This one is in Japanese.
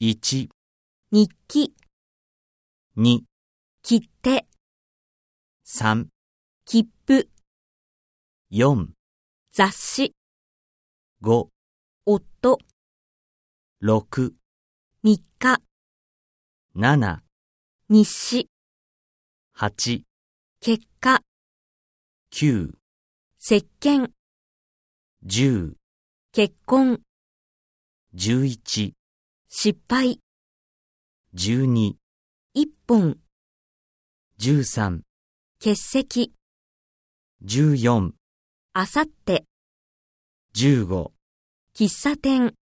1、日記、 2、切手、 3、切符、 4、雑誌、 5、夫、 6、 3日、 7、日誌、 8、結果、 9、石鹸、 10、結婚、 11、失敗、 12、一本、 13、欠席、 14、あさって、 15喫茶店。